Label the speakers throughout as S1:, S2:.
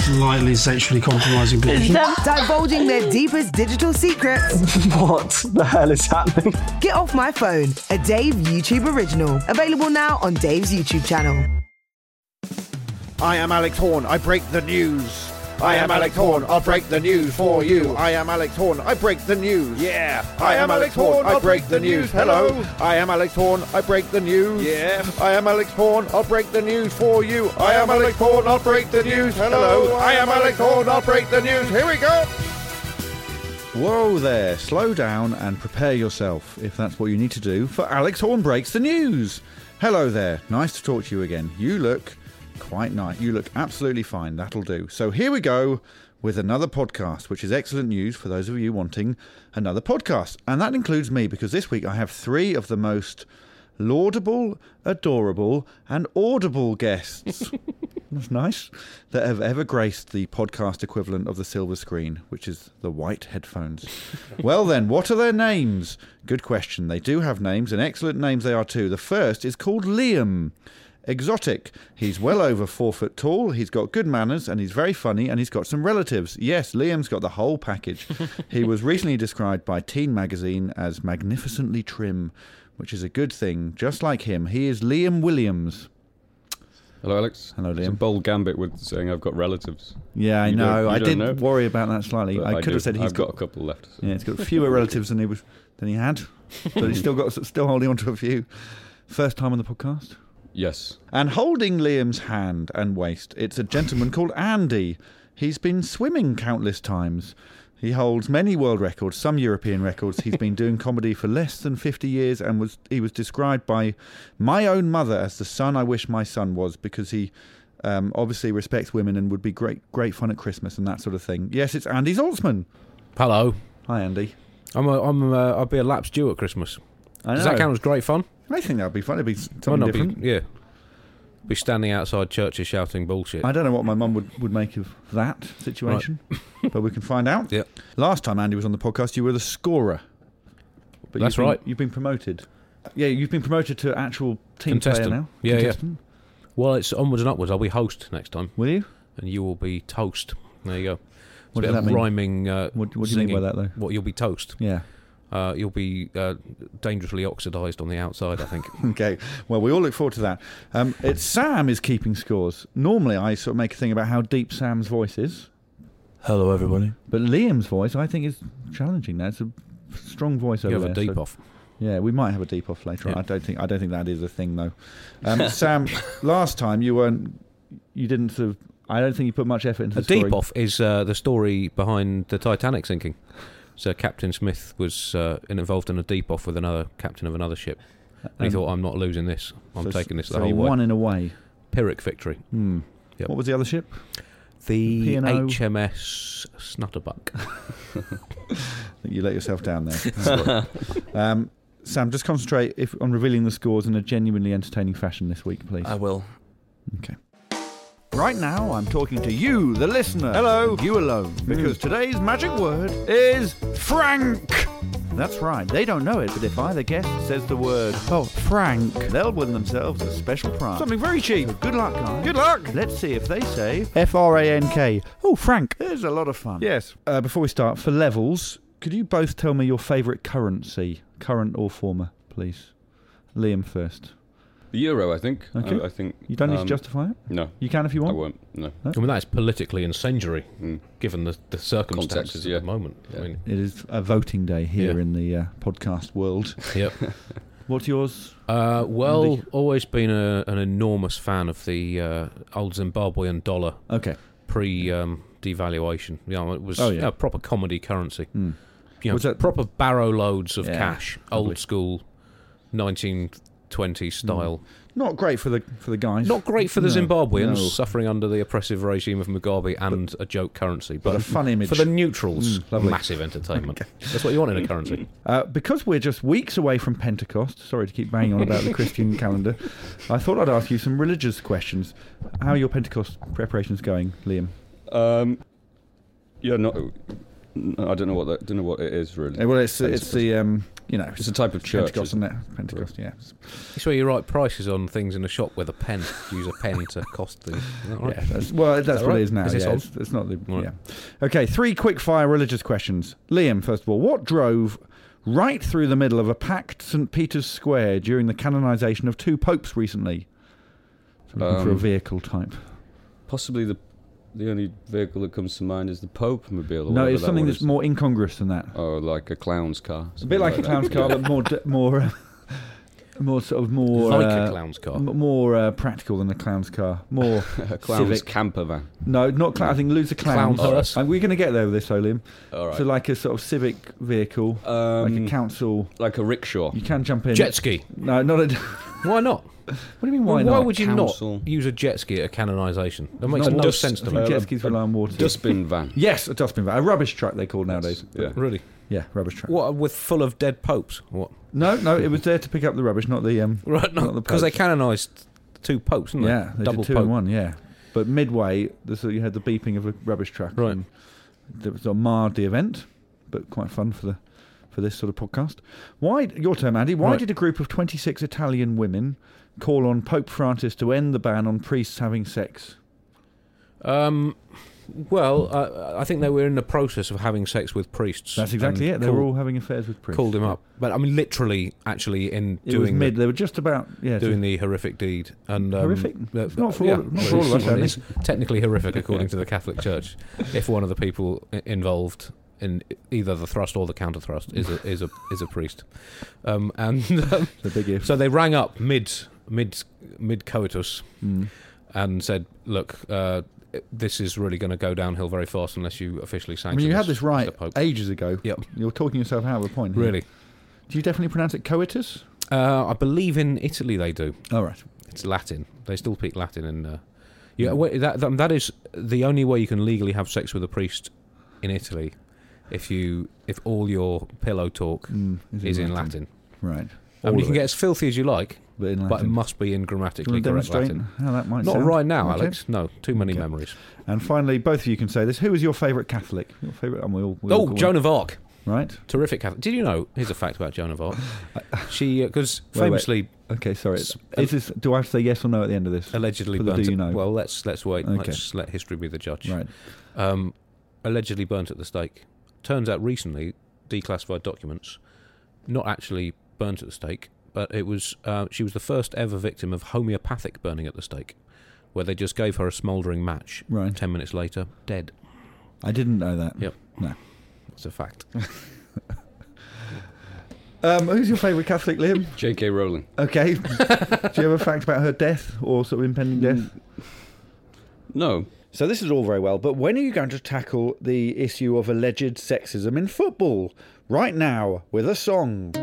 S1: Slightly sexually compromising people.
S2: Divulging their deepest digital secrets,
S3: what the hell is happening?
S2: Get Off My Phone, a Dave YouTube original. Available now on Dave's YouTube channel.
S4: I am Alex Horn. I break the news. I am Alex Horn. I'll break the news for you. I am Alex Horn. I break the news. Yeah. I am Alex Horn. I break the news. Hello. I am Alex Horn. I break the news. Yeah. I am Alex Horn. I'll break the news for you. I am Alex Horn. I'll break the news. Hello. I am Alex Horn. I'll break the news. Here we go.
S5: Whoa there, slow down and prepare yourself, if that's what you need to do, for Alex Horn Breaks the News. Hello there, nice to talk to you again. You look quite nice. You look absolutely fine, that'll do. So here we go with another podcast, which is excellent news for those of you wanting another podcast. And that includes me, because this week I have three of the most laudable, adorable, and audible guests. That's nice. That have ever graced the podcast equivalent of the silver screen, which is the white headphones. well, then, what are their names? Good question. They do have names, and excellent names they are too. The first is called Liam. Exotic. He's well over four foot tall. He's got good manners and he's very funny and he's got some relatives. Yes, Liam's got the whole package. he was recently described by Teen Magazine as magnificently trim, which is a good thing. Just like him, he is Liam Williams.
S6: Hello, Alex.
S5: Hello,
S6: It's a
S5: Liam.
S6: bold gambit with saying I've got relatives.
S5: Yeah, I
S6: You don't-
S5: know.
S6: you
S5: I
S6: don't
S5: did
S6: know.
S5: worry about that slightly.
S6: but
S5: I could
S6: do.
S5: have said he's
S6: I've got, a couple left. so.
S5: yeah, he's got fewer relatives than he was than he had, but he's still got still holding on to a few. First time on the podcast
S6: Yes.
S5: and holding Liam's hand and waist. It's a gentleman called Andy. He's been swimming countless times. He holds many world records, some European records. He's been doing comedy for less than 50 years and was he was described by my own mother as the son I wish my son was because he um, obviously respects women and would be great great fun at Christmas and that sort of thing. Yes, it's Andy Zaltzman.
S7: Hello.
S5: Hi Andy.
S7: I'm a, I'm a, I'll be a lap stew at Christmas.
S5: I
S7: Does
S5: know.
S7: that count as great fun?
S5: I think that'd be fun. It'd be
S7: Might
S5: Oh. something
S7: not
S5: different.
S7: Be, yeah. Be standing outside churches shouting bullshit.
S5: I don't know what my mum would, would make of that situation, but we can find out.
S7: Yep.
S5: Last time Andy was on the podcast, you were the scorer. But you've
S7: That's
S5: been-
S7: right.
S5: You've been promoted. Yeah, you've been promoted to actual team
S7: Contestant.
S5: player now.
S7: Yeah, yeah.
S5: Contestant.
S7: Well, it's onwards and upwards. I'll be host next time,
S5: Will you?
S7: and you will be toast. There you go. It's
S5: What
S7: a bit
S5: does that
S7: of
S5: mean?
S7: rhyming. Uh,
S5: What- what do you mean by
S7: singing.
S5: that, though?
S7: What you'll be toast.
S5: Yeah.
S7: Uh, you'll be uh, dangerously oxidised on the outside. I think.
S5: Okay. Well, we all look forward to that. Um, it's Sam is keeping scores. Normally, I sort of make a thing about how deep Sam's voice is,
S8: Hello, everybody.
S5: but Liam's voice, I think, is challenging. Now it's a strong voice over
S7: you have
S5: there.
S7: a deep
S5: Oh, so-
S7: off.
S5: Yeah, we might have a deep off later. on.
S7: Yeah.
S5: I don't think I don't think that is a thing though. Um, Sam, last time you weren't, you didn't sort of. I don't think you put much effort into
S7: A
S5: the scoring.
S7: deep off is uh, the story behind the Titanic sinking. So Captain Smith was uh, involved in a deep off with another captain of another ship. And he
S5: Um,
S7: thought, "I'm not losing this. I'm
S5: So-
S7: taking this the
S5: so
S7: whole
S5: you
S7: way."
S5: won in a way.
S7: Pyrrhic victory.
S5: Hmm.
S7: Yep.
S5: What was the other ship?
S7: The
S5: P&O.
S7: HMS Snutterbuck.
S5: I think you let yourself down there. um, Sam, just concentrate if, on revealing the scores in a genuinely entertaining fashion this week, please.
S8: I will.
S5: Right now, I'm talking to you, the listener. Hello. Hmm. You alone. Because today's magic word is Frank. That's right. They don't know it, but if either guest says the word, oh, Frank, they'll win themselves a special prize. Something very cheap. good luck, guys. Good luck. Let's see if they say F R A N K. Oh, Frank. There's a lot of fun. Yes. Uh, before we start, for levels, could you both tell me your favourite currency, current or former, please? Liam first.
S6: The euro, I think.
S5: Okay.
S6: I, I think.
S5: You don't need
S6: um,
S5: to justify it.
S6: No,
S5: You can if you
S6: I
S5: want.
S6: won't. No.
S7: I mean, that is politically incendiary,
S6: Mm.
S7: given the, the circumstances
S6: Context, yeah.
S7: at the moment. I
S6: Yeah.
S7: mean,
S5: It is a voting day here
S7: Yeah.
S5: in the uh, podcast world.
S7: yep.
S5: What's yours?
S7: Uh, well,
S5: Andy?
S7: always been a, an enormous fan of the uh, old Zimbabwean dollar
S5: Okay.
S7: pre um, devaluation. You know, it was
S5: Oh,
S7: you
S5: yeah.
S7: know, proper comedy currency.
S5: Hmm.
S7: You know,
S5: Was that-
S7: proper barrow loads of
S5: Yeah,
S7: cash,
S5: lovely.
S7: old school, 1920s style.
S5: Not great for the for the guys.
S7: Not great for the
S5: Hmm. No,
S7: Zimbabweans
S5: no.
S7: suffering under the oppressive regime of Mugabe and a joke currency,
S5: but
S7: but,
S5: a fun image.
S7: for the neutrals,
S5: Mm, lovely.
S7: massive entertainment. That's what you want in a currency.
S5: Uh, because we're just weeks away from Pentecost, sorry to keep banging on about the Christian calendar, I thought I'd ask you some religious questions. How are your Pentecost preparations going, Liam?
S6: Um, yeah, not. I don't know what that. Don't know what it is really.
S5: Uh, well, it's
S6: That is
S5: it's the um, you know
S6: It's a type of church.
S5: Pentecost,
S6: isn't
S5: isn't
S6: it?
S5: it? Pentecost, yeah.
S7: It's where you write prices on things in a shop with a pen. Use a pen to cost things. Isn't that right?
S5: Yeah, that's, well, that's what
S7: right?
S5: it is now.
S7: Is this
S5: yeah,
S7: on?
S5: it's, it's not the
S7: Right.
S5: yeah. Okay, three quick fire religious questions. Liam, first of all, what drove right through the middle of a packed St Peter's Square during the canonisation of two popes recently? So looking for a
S6: Um,
S5: vehicle type.
S6: Possibly the the only vehicle that comes to mind is the Pope mobile.
S5: No,
S6: or whatever
S5: it's
S6: that
S5: something
S6: one
S5: that's
S6: is.
S5: more incongruous than that.
S6: Oh, like a clown's car.
S5: It's a bit like a clown's car, but more, d- more, uh, more sort of more,
S7: like
S5: uh,
S7: a clown's car.
S5: m- more uh, practical than a clown's car. More
S6: a clown's
S5: civic.
S6: camper van.
S5: No, not clown. I think loser clowns.
S7: Clown hearse.
S5: And we're going to get there with this, though, Liam.
S6: All right.
S5: So, like a sort of civic vehicle,
S6: um,
S5: like a council.
S6: like a rickshaw.
S5: You can jump in.
S7: Jet ski.
S5: No, not a. what
S7: Why not?
S5: do you mean? Why
S7: why
S5: not?
S7: would you
S6: Council.
S7: not use a jet ski at a canonisation? That makes
S5: Not
S7: no
S5: dust-
S7: sense
S5: I
S7: to
S5: think
S7: me.
S5: Jet skis rely on water.
S6: Dustbin van.
S5: yes, a dustbin van, a rubbish truck they call nowadays.
S6: Yeah.
S7: Really?
S5: Yeah, rubbish truck.
S7: What with full of dead popes? What?
S5: No, no, it was there to pick up the rubbish, not the um.
S7: Right?
S5: Not
S7: No,
S5: the
S7: because they
S5: popes.
S7: canonised two popes, didn't they?
S5: Yeah, they
S7: double
S5: did two
S7: pope.
S5: in one. Yeah, but midway, the, so you had the beeping of a rubbish truck.
S7: Right.
S5: and That was sort of marred the event, but quite fun for the for this sort of podcast. Why your turn, Andy? Why
S7: Right.
S5: did a group of twenty six Italian women call on Pope Francis to end the ban on priests having sex?
S7: Um, well, uh, I think they were in the process of having sex with priests.
S5: That's exactly
S7: and
S5: it. They
S7: called,
S5: were all having affairs with priests.
S7: called him up, but I mean, literally, actually, in
S5: It was
S7: doing
S5: mid.
S7: the,
S5: they were just about yeah it's
S7: doing the horrific deed and um,
S5: Horrific?
S7: uh,
S5: Not for all- not for
S7: well,
S5: all of us,
S7: it
S5: Andy.
S7: is technically horrific according to the Catholic Church. If one of the people i- involved in either the thrust or the counter thrust is a is a is a priest, um, and um,
S5: just the big if.
S7: so they rang up mid mid mid coitus
S5: Mm.
S7: and said, "Look, uh, this is really going to go downhill very fast unless you officially
S5: I
S7: sanction."
S5: mean, you had this right
S7: the Pope.
S5: ages ago.
S7: Yep.
S5: You're talking yourself out of a point. here.
S7: Really,
S5: Do you definitely pronounce it coitus?
S7: uh, I believe in Italy they do.
S5: All Oh, right.
S7: It's Latin. They still speak Latin, and uh, yeah, wait, that, that that is the only way you can legally have sex with a priest in Italy, if you if all your pillow talk
S5: Mm,
S7: is in Latin.
S5: Right.
S7: I
S5: All
S7: mean, you
S5: of
S7: can
S5: it.
S7: get as filthy as you like,
S5: but in Latin.
S7: but it must be in grammatically
S5: Wanna
S7: correct
S5: demonstrate
S7: Latin.
S5: how that might
S7: Not
S5: sound?
S7: right now,
S5: Okay.
S7: Alex. No, too many
S5: Okay.
S7: memories.
S5: And finally, both of you can say this. Who is your favourite Catholic? Your favourite? And we all, we all
S7: Oh,
S5: go on.
S7: Joan of Arc.
S5: Right.
S7: Terrific Catholic. Did you know? Here's a fact about Joan of Arc. She, because
S5: Wait, wait.
S7: famously,
S5: Okay. Sorry.
S7: S-
S5: Is this? Do I have to say yes or no at the end of this?
S7: allegedly
S5: For the
S7: burnt.
S5: do you
S7: at-
S5: know?
S7: Well, let's let's wait.
S5: Okay.
S7: Let's let history be the judge.
S5: Right.
S7: um, allegedly burnt at the stake. Turns out recently, declassified documents, not actually burnt at the stake, but it was uh, she was the first ever victim of homeopathic burning at the stake, where they just gave her a smouldering match.
S5: Right.
S7: Ten minutes later, dead.
S5: I didn't know that.
S7: Yep.
S5: No.
S7: That's a fact.
S5: Um, who's your favourite Catholic, Liam?
S6: J.K. Rowling.
S5: Okay. do you have a fact about her death or sort of impending death?
S6: No.
S5: So this is all very well, but when are you going to tackle the issue of alleged sexism in football? Right now, with a song.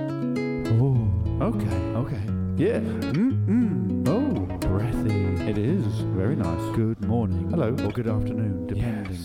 S3: Okay, okay. Yeah. Mm-mm. Oh, breathy. It is. Very nice. Good morning. Hello. Or good afternoon, depending.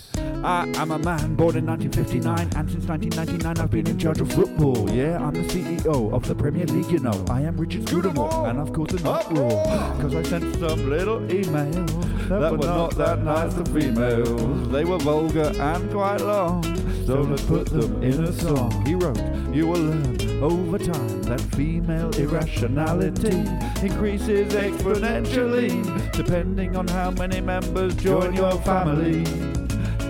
S3: I am a man born in 1959, and since 1999 I've been in charge of football. Yeah, I'm the CEO of the Premier League, you know. I am Richard Scudamore, and I've called the nut rule. Because I sent some little emails that, were not that nice to females. They were vulgar and quite long, so let's put them in a song. He wrote, You will learn over time that female irrationality increases exponentially, depending on how many members join your family.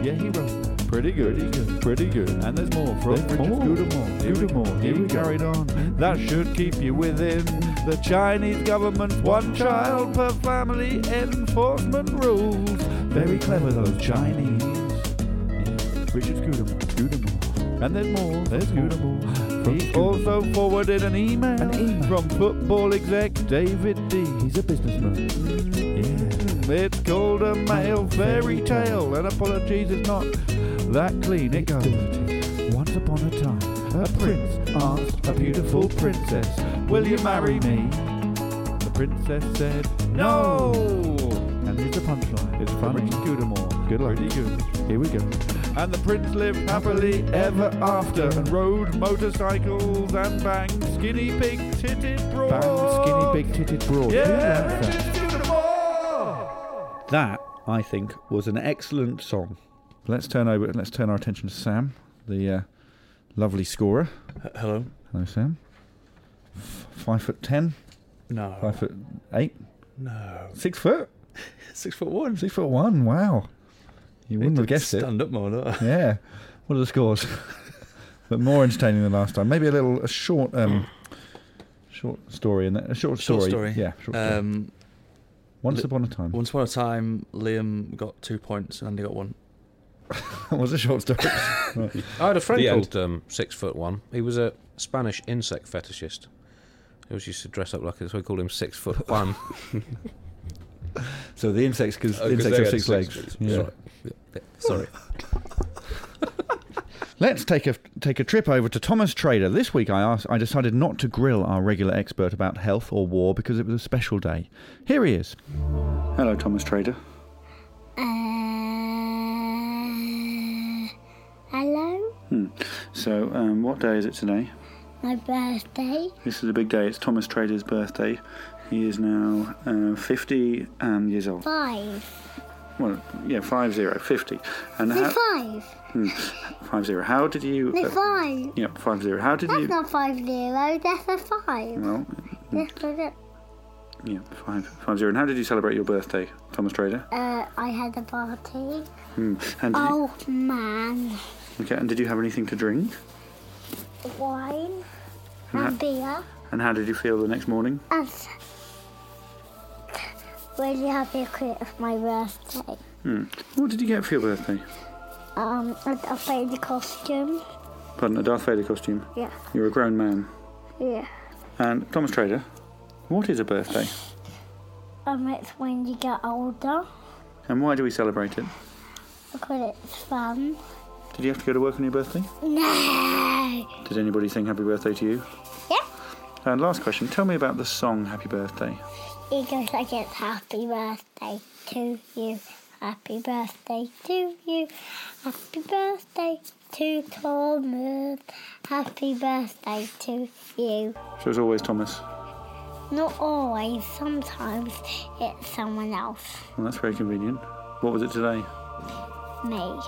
S3: Yeah, he wrote that. Pretty good, pretty good, pretty good. And there's more from there's Richard Scudamore. Here we go. Here we carried on. That should keep you within the Chinese government's one child per family enforcement rules. Very clever, those Chinese. Yeah. Richard Scudamore, Scudamore. And there's more, there's Scudamore. He also forwarded an email, from football exec David D. He's a businessman. Yeah. It's called a male fairy tale, and apologies, it's not that clean. It goes. Once upon a time, a prince asked a beautiful princess, Will you marry me? The princess said, No! And it's a punchline. It's funny. Goodamore. Good luck. Pretty good. Here we go. And the prince lived happily ever after and rode motorcycles and banged skinny big titted broad.
S9: Banged skinny big
S3: titted broad. Yeah! Goodamore!
S5: That, I think, was an excellent song. Let's turn over. Let's turn our attention to Sam, the uh, lovely scorer.
S8: hello.
S5: Hello, Sam. F- five foot ten.
S8: No.
S5: Five foot eight.
S8: No.
S5: Six foot.
S8: Six foot one.
S5: Six foot one. Wow. You wouldn't have guessed it.
S8: Stand up more, don't I?
S5: Yeah. What are the scores? but more entertaining than last time. Maybe a little a short um short story in there. A short story.
S8: Short story.
S5: Yeah. Short story.
S8: Um,
S5: Once
S8: li-
S5: upon a time.
S8: Once upon a time, Liam got two points and Andy got one.
S5: that was a short story. Right.
S7: I had a friend
S6: The end.
S7: called um, six foot one. He was a Spanish insect fetishist. He always used to dress up like this. We called him six foot one.
S5: so the insects because
S6: Oh, 'cause
S5: insects
S6: they
S5: have
S6: had
S5: six,
S6: six
S5: legs.
S6: legs.
S5: Yeah.
S7: Sorry. Sorry.
S5: Let's take a take a trip over to Thomas Trader. This week, I asked, I decided not to grill our regular expert about health or war because it was a special day. Here he is. Hello, Thomas Trader.
S10: Uh, hello,
S11: So, um, what day is it today?
S10: my birthday.
S11: This is a big day. It's Thomas Trader's birthday. He is now uh, 50 um, years old.
S10: Five.
S11: Well, yeah, five zero, 50. And
S10: No,
S11: how,
S10: five.
S11: Hmm, five zero. How did you?
S10: No,
S11: uh,
S10: five.
S11: yeah, five zero. How did
S10: That's
S11: you?
S10: not five zero. That's a five.
S11: Well,
S10: That's what it-
S11: yeah, five five zero. And how did you celebrate your birthday, Thomas Trader?
S10: Uh, I had a party.
S11: Hmm. And did you,
S10: Oh man,
S11: okay. And did you have anything to drink?
S10: wine
S11: And
S10: and
S11: how,
S10: beer.
S11: and how did you feel the next morning?
S10: I'm s- really happy with my birthday.
S11: Hmm. What did you get for your birthday?
S10: Um, I I played the costume.
S11: Pardon, a Darth Vader costume.
S10: Yeah,
S11: You're a grown man.
S10: yeah.
S11: And Thomas Trader, what is a birthday?
S10: Um, it's when you get older.
S11: And why do we celebrate it?
S10: Because it's fun.
S11: Did you have to go to work on your birthday?
S10: No.
S11: Did anybody sing happy birthday to you?
S10: Yeah.
S11: And last question, tell me about the song Happy Birthday.
S10: It goes like it's happy birthday to you. Happy birthday to you. Happy birthday to Thomas. Happy birthday to you.
S11: So it's always Thomas.
S10: Not always, sometimes it's someone else.
S11: Well, that's very convenient. What was it today,
S10: Me.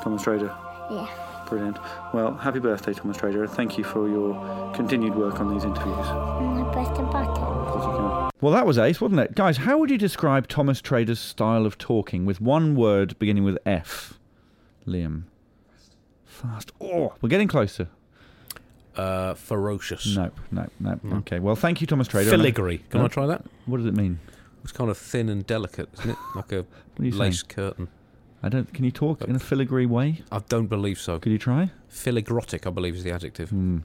S11: Thomas Trader?
S10: Yeah.
S11: Brilliant. Well, happy birthday, Thomas Trader. and Thank you for your continued work on these interviews.
S10: And I press the button.
S11: Of course you can.
S5: Well, that was ace, wasn't it, guys? How would you describe Thomas Trader's style of talking with one word beginning with F? Liam. Fast. Oh, we're getting closer.
S7: Uh, ferocious.
S5: No, no, no. Okay. Well, thank you, Thomas Trader.
S7: Filigree. Can
S5: No.
S7: I try that?
S5: What does it mean?
S7: It's kind of thin and delicate, isn't it? Like a
S5: are you
S7: lace curtain.
S5: I don't. Can you talk in a filigree way?
S7: I don't believe so.
S5: Could you try?
S7: Filigrotic, I believe, is the adjective.
S5: Hmm.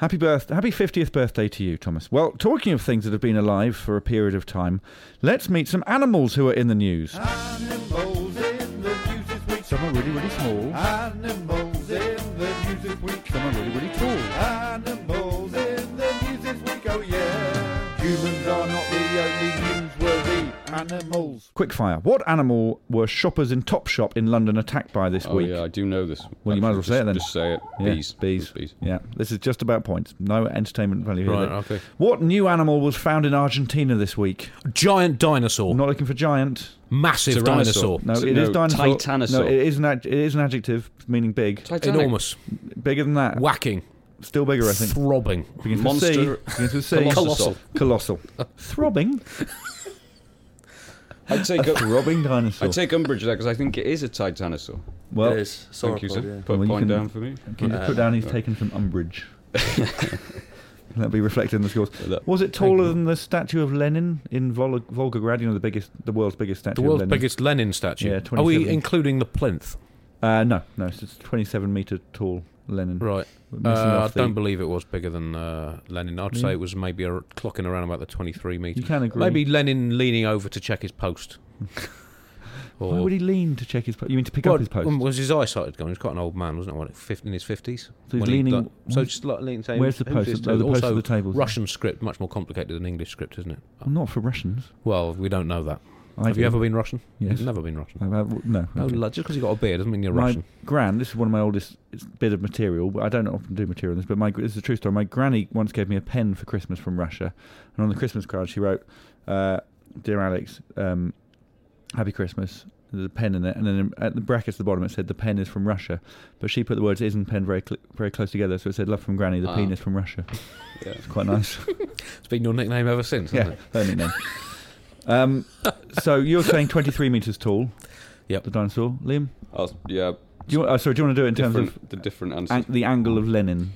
S5: Happy birth, happy 50th birthday to you, Thomas. Well, talking of things that have been alive for a period of time, let's meet some animals who are in the news.
S3: Animals in the news this week.
S5: Some are really, really small.
S3: Animals in the news this week.
S5: Some are really, really tall.
S3: Animals in the news this week. Oh yeah. Humans are not the only newsworthy animals.
S5: Quickfire. What animal were shoppers in Topshop in London attacked by this
S6: Oh
S5: week?
S6: yeah, I do know this.
S5: Well, you might as well
S6: Just-
S5: say it then.
S6: Just say it.
S5: Yeah,
S6: Bees.
S5: bees.
S6: Bees.
S5: Yeah, this is just about points. No entertainment value here.
S7: Right, okay.
S5: What new animal was found in Argentina this week?
S7: Giant dinosaur.
S5: Not looking for giant.
S7: Massive dinosaur.
S6: Tyrannosaur.
S5: No, it
S6: No,
S5: is dinosaur.
S6: titanosaur.
S5: No, it is an ad- it is an adjective meaning big.
S6: Titanic.
S7: Enormous.
S5: Bigger than that.
S7: Whacking.
S5: Still bigger, I think.
S7: Throbbing.
S5: Begins
S6: Monster-
S5: with C. Begins with C.
S6: Colossal.
S5: Colossal. Throbbing.
S6: I'd take up.
S5: Throbbing dinosaur.
S6: I take umbrage there because I think it is a titanosaur.
S5: well,
S8: it is.
S6: Thank you,
S8: sauropod,
S6: sir.
S8: yeah.
S6: Put
S5: Well,
S6: a
S5: you
S6: point
S5: can-
S6: down for me.
S5: can you just put down he's taken some umbrage. That'll be reflected in the scores.
S6: That-
S5: Was it taller than the statue of Lenin in Vol- Volgograd? You know, the biggest, the world's biggest statue.
S7: The world's
S5: of Lenin.
S7: biggest Lenin statue.
S5: Yeah,
S7: Are
S5: 27.
S7: we including the plinth?
S5: Uh, no, no, it's it's 27 meter tall Lenin.
S7: Right.
S5: We're
S7: Uh,
S5: missing
S7: I
S5: off the-
S7: don't believe it was bigger than uh, Lenin. I'd say
S5: Yeah.
S7: it was maybe a, clocking around about the 23 metres.
S5: You can agree.
S7: Maybe Lenin leaning over to check his post. or,
S3: Why would he lean to check his post? You mean to pick
S7: Well,
S3: up his post?
S7: um, Was his eyesight had gone? He was quite an old man, wasn't it? What, fif- in his 50s?
S3: So he's
S7: When he
S3: leaning-
S7: died. so just like leaning saying,
S3: Where's the
S7: who's this
S3: post? Oh, the
S7: to?
S3: post
S7: also,
S3: of the table.
S7: Russian script, much more complicated than English script, isn't it?
S3: I'm not for Russians.
S7: Well, we don't know that.
S3: I
S7: Have
S3: do.
S7: you ever been Russian?
S3: Yes.
S7: Never been Russian.
S3: I've had- no.
S7: No,
S3: okay.
S7: lo- just because you got a beard doesn't mean you're
S3: my
S7: Russian.
S3: gran, this is one of my oldest it's a bit of material, but I don't often do material on this, but my, this is a true story. My granny once gave me a pen for Christmas from Russia, and on the Christmas card she wrote, uh, Dear Alex, um, Happy Christmas. There's a pen in it, and then at the brackets at the bottom it said the pen is from Russia, but she put the words "is" and "pen" very cl- very close together, so it said "love from Granny, the
S7: Ah.
S3: penis from Russia."
S7: Yeah.
S3: It's quite nice.
S7: It's been your nickname ever since,
S3: yeah,
S7: hasn't
S3: her nickname. Um, so you're saying 23 meters tall?
S7: Yep.
S3: The dinosaur, Liam.
S6: I was, Oh, yeah.
S3: Do you want, uh, sorry, do you want to do it in terms
S6: different-
S3: of
S6: the different answer?
S3: an- the angle of Lenin?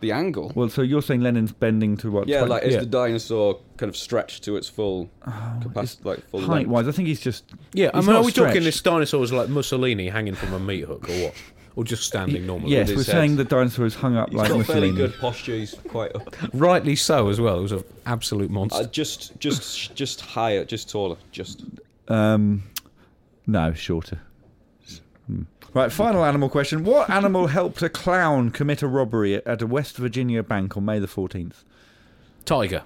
S6: the angle.
S3: Well, so you're saying Lenin's bending to what?
S6: yeah,
S3: twen-
S6: like is the dinosaur kind of stretched to its full
S5: Oh,
S6: capacity, like full length?
S3: height-wise, I think he's just
S7: it? Yeah, I
S3: he's
S7: mean,
S3: not
S7: are we talking
S3: stretched.
S7: this dinosaur is like Mussolini hanging from a meat hook or what? Or just standing normally?
S3: Yes, we're saying the dinosaur is hung up
S6: He's
S3: like
S6: got
S3: Mussolini.
S6: fairly good posture. He's quite up.
S7: Rightly so as well. It was an absolute monster.
S6: Uh, just, just, just higher, just taller, just.
S3: Um, no, shorter. Hmm.
S5: Right, final animal question. What animal helped a clown commit a robbery at a West Virginia bank on May the 14th?
S7: Tiger.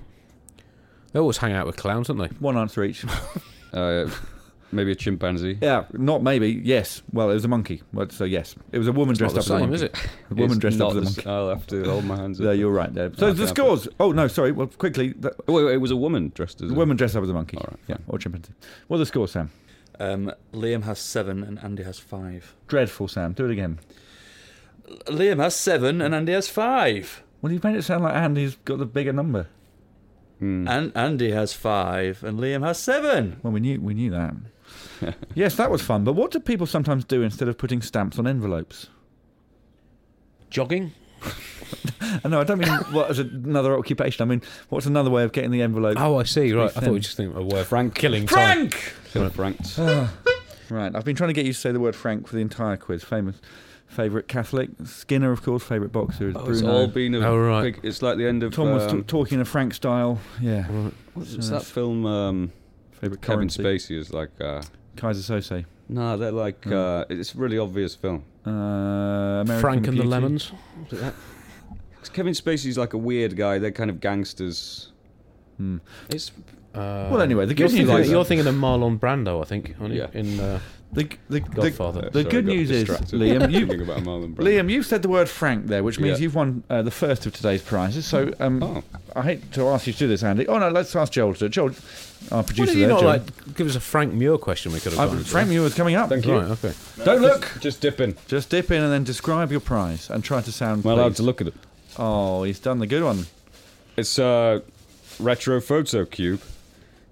S7: They always hang out with clowns, don't they?
S3: One answer each.
S6: Uh, maybe a chimpanzee.
S5: Yeah, not maybe. Yes. Well, it was a monkey. Well, So yes, it was a woman
S6: It's
S5: dressed up
S6: not the
S5: as a
S6: same,
S5: monkey.
S6: is it?
S5: A woman
S6: It's
S5: dressed up
S6: not
S5: as a
S6: the s-
S5: monkey.
S6: I'll have to hold my hands up.
S5: No, you're right there. So
S6: I'll
S5: the
S6: have to-
S5: scores. Oh no, sorry. Well, quickly. The
S6: Wait, wait, it was a woman dressed as
S5: the
S6: a
S5: woman dressed up as a monkey. yeah, or chimpanzee. What are the scores, Sam?
S8: Um, Liam has seven and Andy has five.
S5: Dreadful, Sam. Do it again.
S8: Liam has seven and Andy has five.
S5: Well, you've made it sound like Andy's got the bigger number.
S8: Hmm. And Andy has five and Liam has seven.
S5: Well, we knew we knew that. yes, that was fun. But what do people sometimes do instead of putting stamps on envelopes?
S7: Jogging?
S5: Uh, no, I don't mean what as another occupation. I mean, what's another way of getting the envelope?
S7: Oh, I see. Right. I
S5: thin.
S7: thought we just think a word Frank killing time.
S5: Frank.
S6: Kind of ranked.
S5: right, I've been trying to get you to say the word Frank for the entire quiz. Famous, favorite Catholic Skinner, of course. Favorite boxer is
S6: Oh,
S5: Bruno.
S6: it's all been a
S7: Oh, right.
S6: big. It's like the end of.
S5: Tom was t-
S6: um,
S5: talking in a Frank style. Yeah.
S6: what's what's that film? Um,
S5: Favorite
S6: Kevin
S5: currency.
S6: Spacey is like. Uh,
S5: Kaiser Sose.
S6: no, they're like. Uh, it's a really obvious film.
S5: Uh, American
S7: Frank and the
S5: Beauty.
S7: Lemons.
S6: 'Cause Kevin Spacey's like a weird guy. They're kind of gangsters.
S5: Hmm.
S7: It's.
S5: Well, anyway, the
S7: you're,
S5: good news
S7: thinking,
S5: is
S7: you're thinking of Marlon Brando, I think, aren't you?
S6: Yeah.
S7: In uh,
S5: the, the, the,
S7: Godfather.
S5: The
S6: Sorry,
S5: good
S6: I got
S5: news is,
S6: distracted
S5: Liam, you-
S6: thinking about Marlon Brando.
S5: Liam, you've said the word Frank there, which means
S6: Yeah.
S5: you've won uh, the first of today's prizes. So um,
S6: Oh.
S5: I hate to ask you to do this, Andy. Oh no, let's ask Joel to do it. Joel, our
S7: Why
S5: producer
S7: did you
S5: there.
S7: not
S5: Joel.
S7: like give us a Frank Muir question? We could have
S5: Uh,
S7: gone. into?
S5: Frank, you was coming up.
S6: Thank you.
S7: Right. Okay.
S5: Don't look.
S6: Just dipping.
S5: Just dip in and then describe your prize and try to sound.
S6: Am I allowed
S5: pleased.
S6: to look at it?
S5: Oh, he's done the good one.
S6: It's a retro photo cube,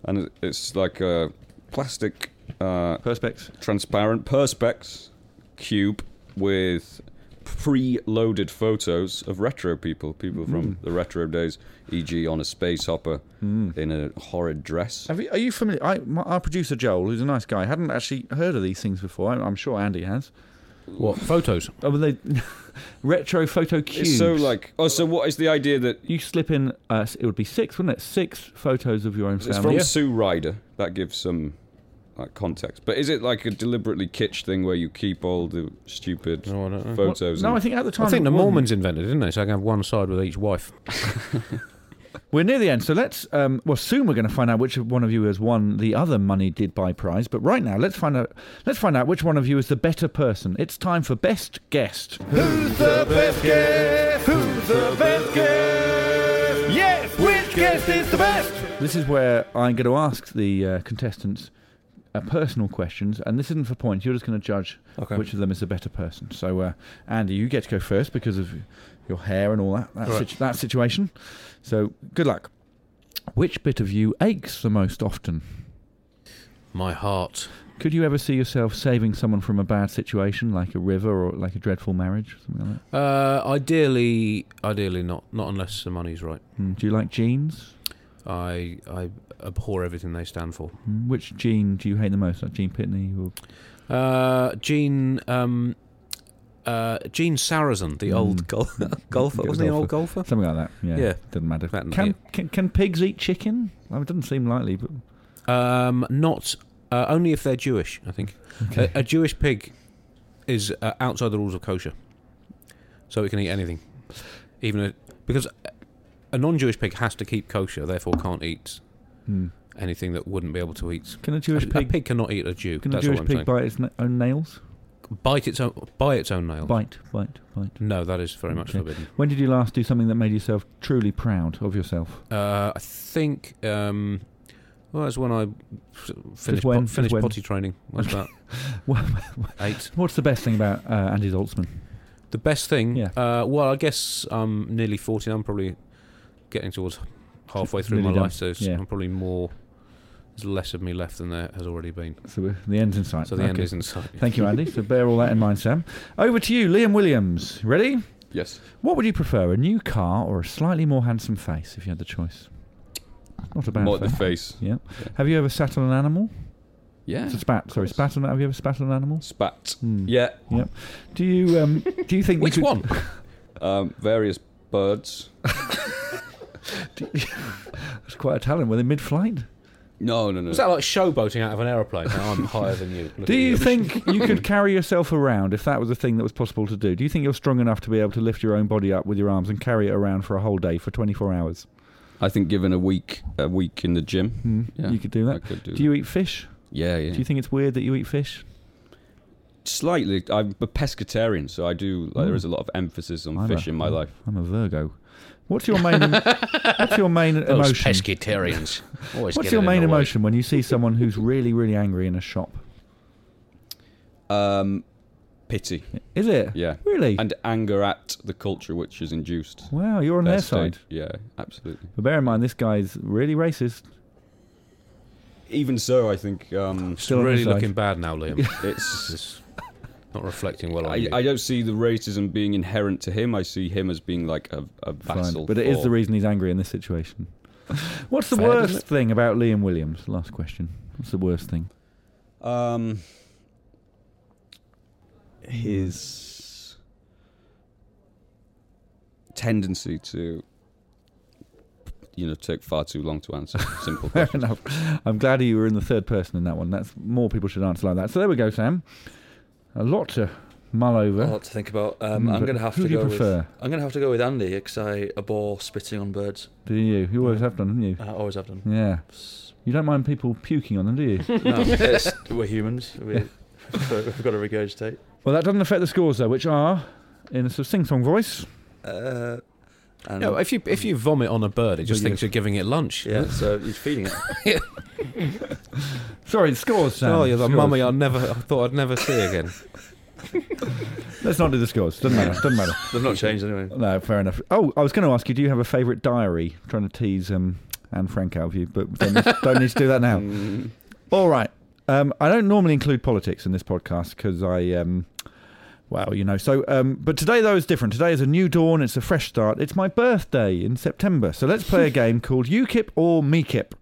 S6: and it- it's like a plastic, uh,
S5: Perspex.
S6: transparent perspex cube with pre-loaded photos of retro people, people from
S5: Hmm.
S6: the retro days, e.g., on a space hopper in a horrid dress.
S5: Have you, are you familiar? I, my, our producer Joel, who's a nice guy, hadn't actually heard of these things before. I'm, I'm sure Andy has.
S7: What photos?
S5: Oh, were they retro photo cubes?
S6: It's so like oh, so what is the idea that
S5: you slip in. Uh, it would be six, wouldn't it? Six photos of your own
S6: It's
S5: family.
S6: from Sue Ryder. That gives some like context. But is it like a deliberately kitsch thing where you keep all the stupid
S7: No, I don't know.
S6: photos?
S5: No,
S6: and-
S5: I think at the time.
S7: I think the
S5: it wasn't.
S7: Mormons invented, it, didn't they? So I can have one side with each wife.
S5: We're near the end, so let's. Um, well, soon we're going to find out which one of you has won the other money did buy prize. But right now, let's find out. Let's find out which one of you is the better person. It's time for best guest.
S3: Who's the best guest? Who's the best guest? Yes, which guest is the best?
S5: This is where I'm going to ask the uh, contestants uh, personal questions, and this isn't for points. You're just going to judge
S8: Okay.
S5: which of them is the better person. So, uh, Andy, you get to go first because of your hair and all that that,
S7: Right.
S5: situ- that situation. So, good luck. Which bit of you aches the most often?
S7: My heart.
S5: Could you ever see yourself saving someone from a bad situation, like a river or like a dreadful marriage, something like that?
S7: Uh, ideally, ideally not. Not unless the money's right.
S5: Mm, Do you like jeans?
S7: I I abhor everything they stand for.
S5: Mm, Which Gene do you hate the most, like Gene Pitney? Or
S7: Uh, Gene, um, Uh, Gene Sarazen, the old gol- golfer, wasn't he an old Hmm. golfer?
S5: Something like that. Yeah.
S7: Yeah.
S5: Doesn't matter.
S7: That-
S5: Can, can can pigs eat chicken? Well, it doesn't seem likely, but
S7: Um, not uh, only if they're Jewish. I think
S5: Okay.
S7: a, a Jewish pig is uh, outside the rules of kosher, so it can eat anything, even a, because a non-Jewish pig has to keep kosher, therefore can't eat
S5: Hmm.
S7: anything that wouldn't be able to eat.
S5: Can a Jewish
S7: A
S5: pig-
S7: pig cannot eat a Jew.
S5: can a
S7: That's
S5: Jewish
S7: all I'm
S5: pig
S7: saying.
S5: bite its na- own nails?
S7: bite its own by its own nails?
S5: Bite, bite, bite.
S7: No, that is very much
S5: Okay.
S7: forbidden.
S5: When did you last do something that made yourself truly proud of yourself?
S7: Uh, I think um, well, that's when I f- finished
S5: when?
S7: po-
S5: Just
S7: finished
S5: when?
S7: potty training. What's
S5: Okay.
S7: that?
S5: Well,
S7: Eight.
S5: What's the best thing about uh, Andy Zoltzman?
S7: The best thing. Uh, well, I guess I'm nearly 40. I'm probably getting towards halfway through
S5: Nearly
S7: my
S5: done.
S7: life, so it's-
S5: Yeah.
S7: I'm probably more. There's less of me left than there has already been.
S5: So we're- the end's in sight.
S7: So the end
S5: Okay.
S7: is in sight.
S5: Thank you, Andy. so bear all that in mind, Sam. Over to you, Liam Williams. Ready?
S6: Yes.
S5: What would you prefer, a new car or a slightly more handsome face, if you had the choice? Not a bad
S6: Not the
S5: thing.
S6: face.
S5: Yeah. Have you ever sat on an animal?
S6: Yeah.
S5: So spat. Sorry, spat on. Have you ever spat on an animal?
S6: Spat.
S5: Hmm.
S6: Yeah.
S5: Yep. Do you um, do you think
S6: Which
S5: you could,
S6: one? um, various birds.
S5: It's quite a talent. Were they mid-flight?
S6: No, no, no.
S7: Was that like showboating out of an aeroplane? Now I'm higher than you. Look
S5: Do
S7: at
S5: you think you could carry yourself around if that was a thing that was possible to do? Do you think you're strong enough to be able to lift your own body up with your arms and carry it around for a whole day for 24 hours?
S6: I think given a week, a week in the gym,
S5: Hmm,
S6: Mm, yeah,
S5: you could do that.
S6: I could do.
S5: Do you eat fish?
S6: Yeah, yeah.
S5: Do you think it's weird that you eat fish?
S6: Slightly. I'm a pescatarian, so I do. Like, there
S5: Hmm.
S6: is a lot of emphasis on
S5: I'm
S6: fish
S5: a-
S6: in my
S5: I'm-
S6: life.
S5: I'm a Virgo. What's your main? what's your main
S7: Those
S5: emotion?
S7: pescatarians. Always
S5: What's
S7: get
S5: your
S7: it in
S5: main
S7: the way.
S5: emotion when you see someone who's really, really angry in a shop?
S6: Um, pity.
S5: Is it?
S6: Yeah.
S5: Really?
S6: And anger at the culture which is induced.
S5: Wow, you're on their
S6: state.
S5: side.
S6: Yeah, absolutely.
S5: But bear in mind, this guy's really racist.
S6: Even so, I think um,
S7: It's
S5: Still on
S7: really
S5: the side.
S7: looking bad now, Liam.
S6: it's.
S7: It's not reflecting well on
S6: I,
S7: you.
S6: I don't see the racism being inherent to him. I see him as being like a, a vassal.
S5: Fine. But it is
S6: for-
S5: the reason he's angry in this situation. What's the
S7: Fair, doesn't
S5: worst thing about Liam Williams? Last question. What's the worst thing?
S6: Um, his tendency to, you know, take far too long to answer simple
S5: Fair
S6: questions.
S5: enough. I'm glad you were in the third person in that one. That's more people should answer like that. So there we go, Sam. A lot to mull
S8: A
S5: over.
S8: lot to think about. Um,
S5: Mm,
S8: I'm
S5: but
S8: gonna have
S5: who
S8: to
S5: do you
S8: go
S5: prefer?
S8: with. I'm gonna have to go with Andy because I abhor spitting on birds.
S5: Do you? You always have done, haven't you?
S8: I always have done.
S5: Yeah. You don't mind people puking on them, do you?
S8: No, it's, we're humans. We, we've got to regurgitate.
S5: well, that doesn't affect the scores though, which are in a sort of sing-song voice.
S8: Uh, and
S7: No, if you if you vomit on a bird, it just
S5: But you-
S7: thinks you're giving it lunch.
S8: yeah, so he's feeding it.
S5: Sorry, the scores, Sam.
S7: Oh, you're the
S5: Scores.
S7: mummy I never I thought I'd never see again.
S5: Let's not do the scores. Doesn't matter. Doesn't matter.
S8: They've not changed anyway.
S5: No, fair enough. Oh, I was going to ask you, do you have a favourite diary? I'm trying to tease um, Anne Frank out of you, but don't need, don't need to do that now.
S6: Mm,
S5: All right. Um, I don't normally include politics in this podcast because I, um, well, you know. So, um, but today though is different. Today is a new dawn. It's a fresh start. It's my birthday in September. So let's play a game called UKIP or E MEKIP.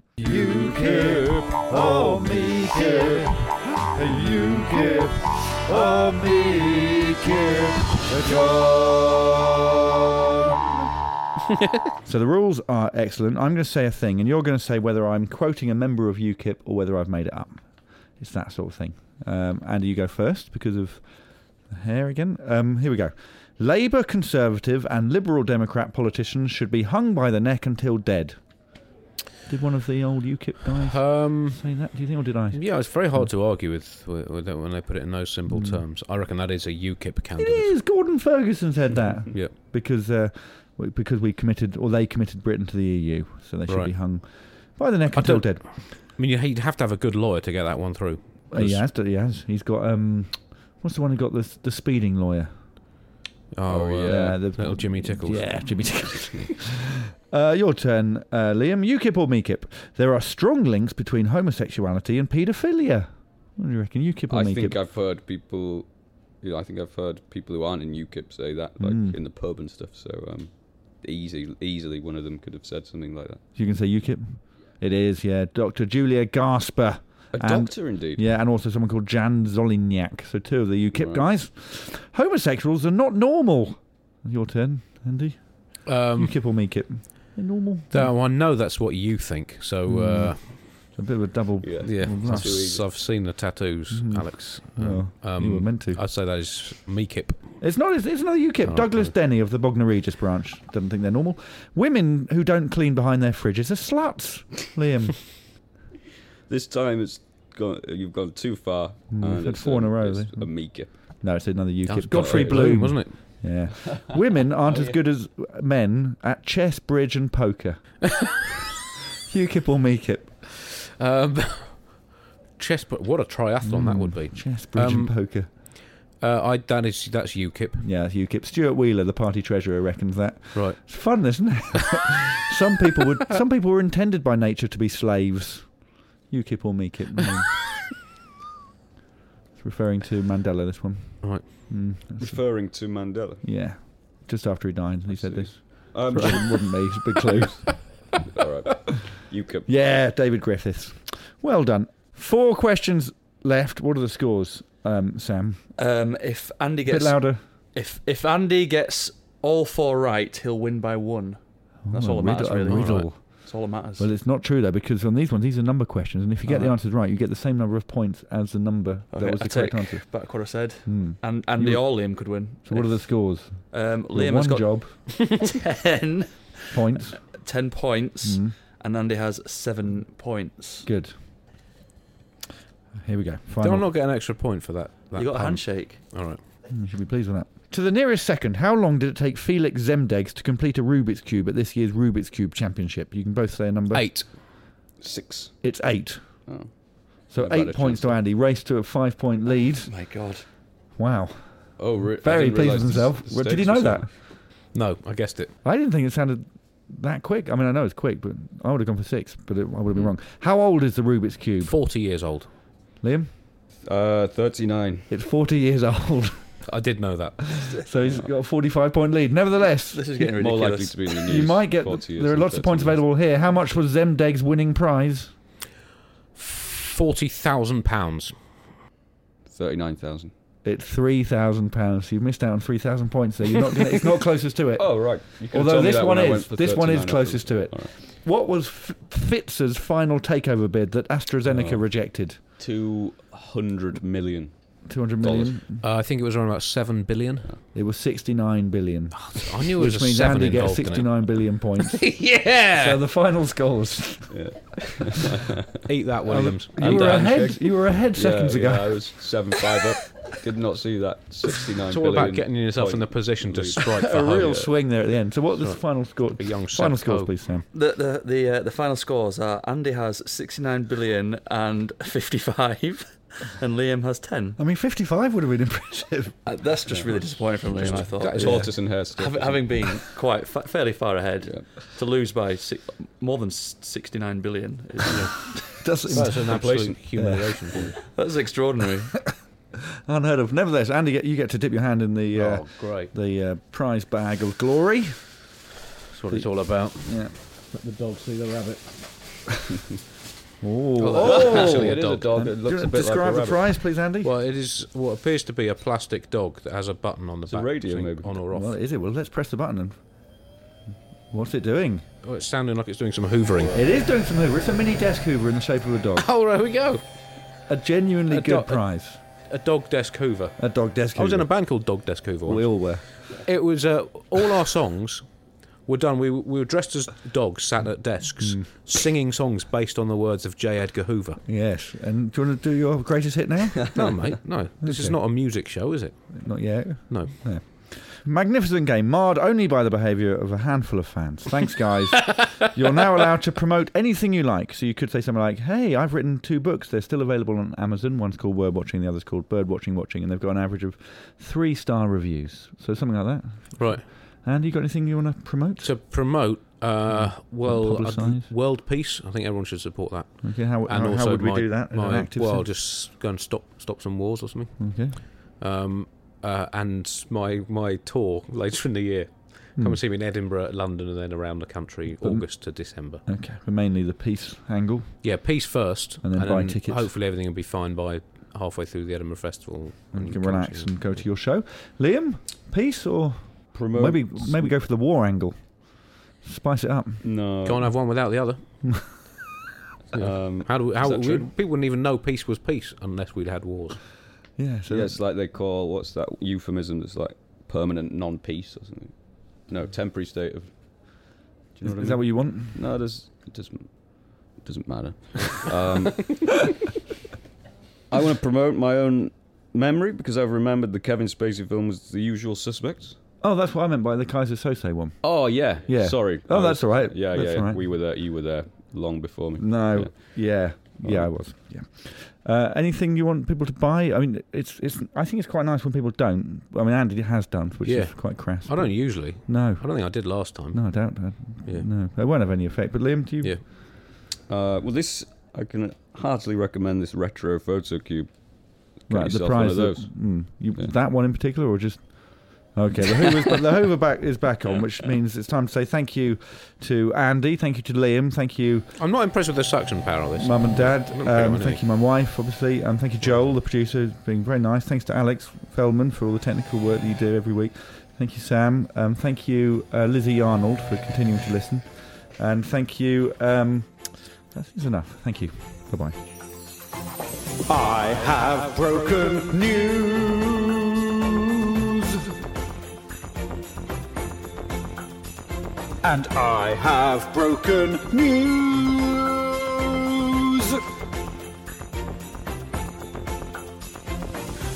S5: So the rules are excellent. I'm going to say a thing, and you're going to say whether I'm quoting a member of UKIP or whether I've made it up. It's that sort of thing. Um, Andy, you go first because of the hair again. Um, here we go. Labour, Conservative, and Liberal Democrat politicians should be hung by the neck until dead. Did one of the old UKIP guys
S7: Um,
S5: say that? Do you think, or did I?
S7: yeah, it's very hard to argue with, with, with that when they put it in those simple terms. I reckon that is a UKIP
S5: Hmm. It
S7: candidate.
S5: is. Gordon Ferguson said that
S7: Yeah,
S5: because uh, w- because we committed or they committed Britain to the EU, so they should
S7: Right.
S5: be hung by the neck
S7: I
S5: until
S7: don't-
S5: dead.
S7: I mean, you- you'd have to have a good lawyer to get that one through.
S5: Uh, He has. He has. He's got. Um, what's the one who got the the speeding lawyer?
S7: Oh,
S6: Oh,
S7: uh,
S6: yeah.
S5: the,
S7: little Jimmy Tickles.
S5: Yeah, Jimmy Tickles. Uh, your turn, uh, Liam. UKIP or MEKIP? There are strong links between homosexuality and paedophilia. What do you reckon? UKIP or
S6: I
S5: MEKIP?
S6: think I've heard people. You know, I think I've heard people who aren't in UKIP say that, like
S5: Mm.
S6: in the pub and stuff. So, um, easy, easily one of them could have said something like that.
S5: You can say UKIP. It is, yeah. Dr. Julia Gasper
S6: A doctor, indeed.
S5: Yeah, and also someone called Jan Zoliniak. So two of the UKIP guys. Homosexuals are not normal. Your turn, Andy.
S7: Um,
S5: UKIP or MeKIP? Normal.
S7: No, I know that's what you think. So uh,
S5: a bit of a double. Yeah,
S7: yeah.
S5: Hmm. Well,
S7: I've,
S5: that's-
S7: I've seen the tattoos,
S5: Mm.
S7: Alex. Um,
S5: Oh, you were meant to.
S7: I'd say that is MeKip.
S5: It's not. It's, it's another UKIP.
S7: Oh,
S5: Douglas Denny of the Bognor Regis branch doesn't think they're normal. Women who don't clean behind their fridges are sluts. Liam,
S6: This time it's gone. You've gone too far.
S5: Mm, we've
S6: and
S5: had
S6: it's
S5: four in a row,
S6: It's
S5: haven't
S6: a meek.
S5: no, it's another
S7: That was
S5: UKIP. Godfrey
S7: Godfrey Bloom,
S5: Bloom,
S7: wasn't it?
S5: Yeah. Women aren't as good as men at chess, bridge, and poker. UKIP or MeKIP?
S7: Um, chess, but what a triathlon that would be.
S5: Hmm.
S7: Um,
S5: Chess, bridge, and poker.
S7: Uh, I that is that's UKIP.
S5: Yeah, it's UKIP. Stuart Wheeler, the party treasurer, reckons that.
S7: Right.
S5: It's fun, isn't it? some people would. Some people were intended by nature to be slaves. UKIP or MeKIP? Mm. it's referring to Mandela. This one.
S7: Right.
S5: Mm, that's-
S6: Referring to Mandela.
S5: yeah. Just after he died, he said this.
S6: Um,
S5: Probably wouldn't be big clues.
S6: All right. UKIP.
S5: Yeah, David Griffiths. Well done. Four questions left. What are the scores, um, Sam?
S8: Um, if Andy
S5: bit
S8: gets
S5: louder.
S8: if if Andy gets all four right, he'll win by one. That's
S5: Oh,
S8: all that matters,
S5: riddle-
S8: really.
S5: a riddle.
S8: That's all that matters.
S5: Well, it's not true though because on these ones, these are number questions, and if you get the
S8: Alright.
S5: answers right, you get the same number of points as the number
S8: Uh-huh. Okay,
S5: that was the
S8: I
S5: correct
S8: take
S5: answer.
S8: Back what I said.
S5: Hmm.
S8: And Andy
S5: You-
S8: or Liam could win.
S5: So what are the scores?
S8: Um,
S5: Your
S8: Liam
S5: one
S8: has got
S5: job,
S8: 10,
S5: points.
S8: 10 points,
S5: Mm.
S8: and Andy has seven points.
S5: Good. Here we go.
S7: Did I
S5: Final.
S7: not get an extra point for that? that
S8: you got a
S7: pun?
S8: handshake.
S7: All right.
S5: You should be pleased with that. To the nearest second, how long did it take Felix Zemdegs to complete a Rubik's Cube at this year's Rubik's Cube Championship? You can both say a number.
S7: Eight.
S6: Six.
S5: It's eight.
S6: Oh.
S5: So
S6: I've had a
S5: eight points
S6: chance
S5: to Andy. Race to a five-point lead.
S8: My God.
S5: Wow.
S6: Oh, re- I
S5: Very
S6: didn't
S5: pleased with
S6: realise the s-
S5: himself.
S6: the
S5: Well, Did he
S6: stakes
S5: know
S6: were so
S5: that?
S6: much.
S7: No, I guessed it.
S5: I didn't think it sounded that quick. I mean, I know it's quick, but I would have gone for six, but it, I would have
S8: Hmm.
S5: been wrong. How old is the Rubik's Cube,
S7: Forty years old.
S5: Liam?
S6: Uh, 39.
S5: It's 40 years old,
S7: I did know that.
S5: so he's got a 45 point lead. Nevertheless,
S8: This is getting
S6: More
S8: ridiculous.
S6: likely to be in the news.
S5: you might get.
S6: 40 years
S5: There are
S6: than
S5: lots of points
S6: 39.
S5: available here. How much was Zemdeg's winning prize?
S7: Forty thousand pounds.
S6: 39,000.
S5: It's three thousand pounds. You missed out on three thousand points there. You're not. Gonna, it's not closest to it.
S6: Oh, right. You could've
S5: Although
S6: told me
S5: this
S6: that
S5: one
S6: when I
S5: is-
S6: went for
S5: this one is
S6: 39
S5: closest to it.
S6: All right.
S5: What was F- Fitz's final takeover bid that AstraZeneca
S6: Oh.
S5: rejected?
S6: 200 million.
S5: Two hundred million.
S7: Uh, I think it was around about seven billion.
S5: It was sixty-nine billion,
S7: I knew it was
S5: which
S7: a
S5: means
S7: seven
S5: Andy gets
S7: involved in it.
S5: sixty-nine billion points.
S7: yeah.
S5: So the final scores.
S7: Eat that, Williams.
S5: You
S7: uh,
S6: And
S5: were
S6: the
S5: ahead.
S6: handshake.
S5: You were ahead seconds
S6: yeah, Yeah,
S5: ago.
S6: I was 7 5 up. Did not see that. 69
S7: It's all about getting yourself in the position to strike for
S5: A
S6: Oh,
S7: home.
S5: real swing there at the end. So what was the final score?
S7: A young
S5: final
S7: Sam
S5: scores,
S7: Coe.
S5: please, Sam.
S8: The the the, uh, the final scores are Andy has 69 billion and 55, and Liam has 10.
S5: I mean, fifty-five would have been impressive.
S8: Uh, that's just really disappointing from Liam. I thought.
S6: That is
S8: Yeah.
S6: tortoise and hare stuff.
S8: Having,
S6: isn't
S8: having
S6: it?
S8: been quite fa- fairly far ahead,
S6: Yeah.
S8: to lose by si- more than s- 69 billion, is, you know,
S5: Doesn't
S7: That's an absolute
S6: Complacent.
S7: humiliation for you.
S8: that's extraordinary.
S5: Unheard of. Nevertheless, Andy, get- you get to dip your hand in the uh,
S7: Oh, great.
S5: the uh, prize bag of glory.
S7: That's what it's all about.
S5: Yeah. Let the dog see the rabbit. oh,
S6: Actually, it is a dog. It looks a bit like a
S5: describe the
S6: rabbit.
S5: prize, please, Andy.
S7: Well, it is what appears to be a plastic dog that has a button on the
S6: a
S7: back.
S6: radio,
S7: saying
S6: maybe.
S7: On or off.
S5: Well, is it? Well, let's press the button. And what's it doing?
S7: Oh, it's sounding like it's doing some hoovering.
S5: It is doing some hoover. It's a mini desk hoover in the shape of a dog.
S7: Oh, there we go.
S5: A genuinely
S7: A
S5: good
S7: dog- a-
S5: prize.
S7: A dog desk hoover.
S5: A dog desk hoover.
S7: I was in a band called Dog Desk Hoover.
S5: We
S7: Once.
S5: all were.
S7: It was uh, all our songs were done. We, we were dressed as dogs, sat at desks,
S5: Mm.
S7: singing songs based on the words of J. Edgar Hoover.
S5: Yes. And do you want to do your greatest hit now?
S7: No, mate, no. This is
S5: Okay.
S7: not a music show, is it?
S5: Not yet.
S7: No.
S5: Magnificent game, marred only by the behaviour of a handful of fans. Thanks, guys. You're now allowed to promote anything you like. So you could say something like, "Hey, I've written two books. They're still available on Amazon. One's called Word Watching, the other's called Bird Watching Watching, and they've got an average of three star reviews. So something like that.
S7: Right.
S5: And you got anything you want to promote?
S7: To promote, uh, well, I'd-
S5: publicise.
S7: world peace. I think everyone should support that.
S5: okay, how,
S7: And
S5: how,
S7: also,
S5: how would we
S7: my-
S5: do that? As an
S7: my-
S5: active
S7: well,
S5: citizen?
S7: just go and stop stop some wars or something.
S5: okay.
S7: Um, uh, and my my tour later in the year
S5: Hmm.
S7: Come and see me in Edinburgh, London, and then around the country, August to December.
S5: Okay, but mainly the peace angle.
S7: Yeah, peace first,
S5: And then buy tickets.
S7: Hopefully, everything will be fine by halfway through the Edinburgh Festival.
S5: And you can relax and go to your show. Liam, peace or
S6: promote?
S5: Maybe maybe go for the war angle. Spice it up.
S6: No. um,
S7: Can't have one without the other. how do we, how
S6: is that
S7: we,
S6: true?
S7: people wouldn't even know peace was peace unless we'd had wars.
S5: Yeah, so
S6: it's like they call what's that euphemism that's like permanent non peace or something. No, temporary state of. Do you know
S5: Is-
S6: what I
S5: is that
S6: mean?
S5: what you want?
S6: No, it, does, it doesn't. It doesn't matter. um, I want to promote my own memory because I've remembered the Kevin Spacey film was The Usual Suspects.
S5: Oh, that's what I meant by the Kaiser Sose one.
S6: Oh yeah,
S5: Yeah.
S6: Sorry.
S5: Oh,
S6: I
S5: that's all right.
S6: Yeah,
S5: That's
S6: yeah.
S5: all right.
S6: We were there. You were there long before me.
S5: No,
S6: Yeah.
S5: yeah, yeah, I was. Yeah. Uh, anything you want people to buy? I mean, it's it's. I think it's quite nice when people don't. I mean, Andy has done, which
S7: Yeah.
S5: is quite crass.
S7: I don't usually.
S5: No.
S7: I don't think I did last time.
S5: No, I don't. I,
S7: Yeah.
S5: No, they won't have any effect. But Liam, do you?
S7: Yeah.
S6: Uh, well, this I can heartily recommend this retro photo cube. Get
S5: Right, the
S6: yourself
S5: prize.
S6: one
S5: That,
S6: of those.
S5: mm, you, that one in particular, or just. Okay, the Hoover's, but the Hoover back is back on, which means it's time to say thank you to Andy, thank you to Liam, thank you
S7: I'm not impressed with the suction power on this.
S5: Mum and Dad.
S7: I'm not putting
S5: Um,
S7: on
S5: thank you, my wife, obviously. Um, thank you, Joel, the producer, being very nice. Thanks to Alex Feldman for all the technical work that you do every week. Thank you, Sam. Um, thank you, uh, Lizzie Arnold, for continuing to listen. And thank you. Um, that is enough. Thank you. Bye bye.
S3: I have broken news. And I have broken news.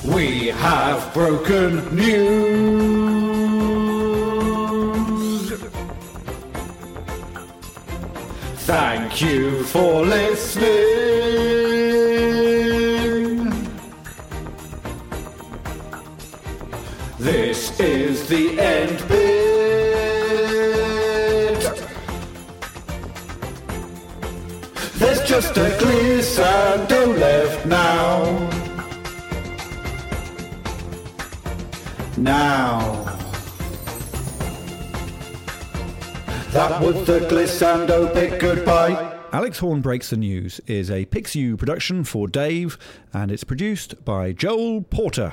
S3: We have broken news. Thank you for listening. This is the end bit. There's just a glissando left now. Now. That was the glissando bit. Goodbye.
S5: Alex Horn Breaks the News is a Pixiu production for Dave, and it's produced by Joel Porter.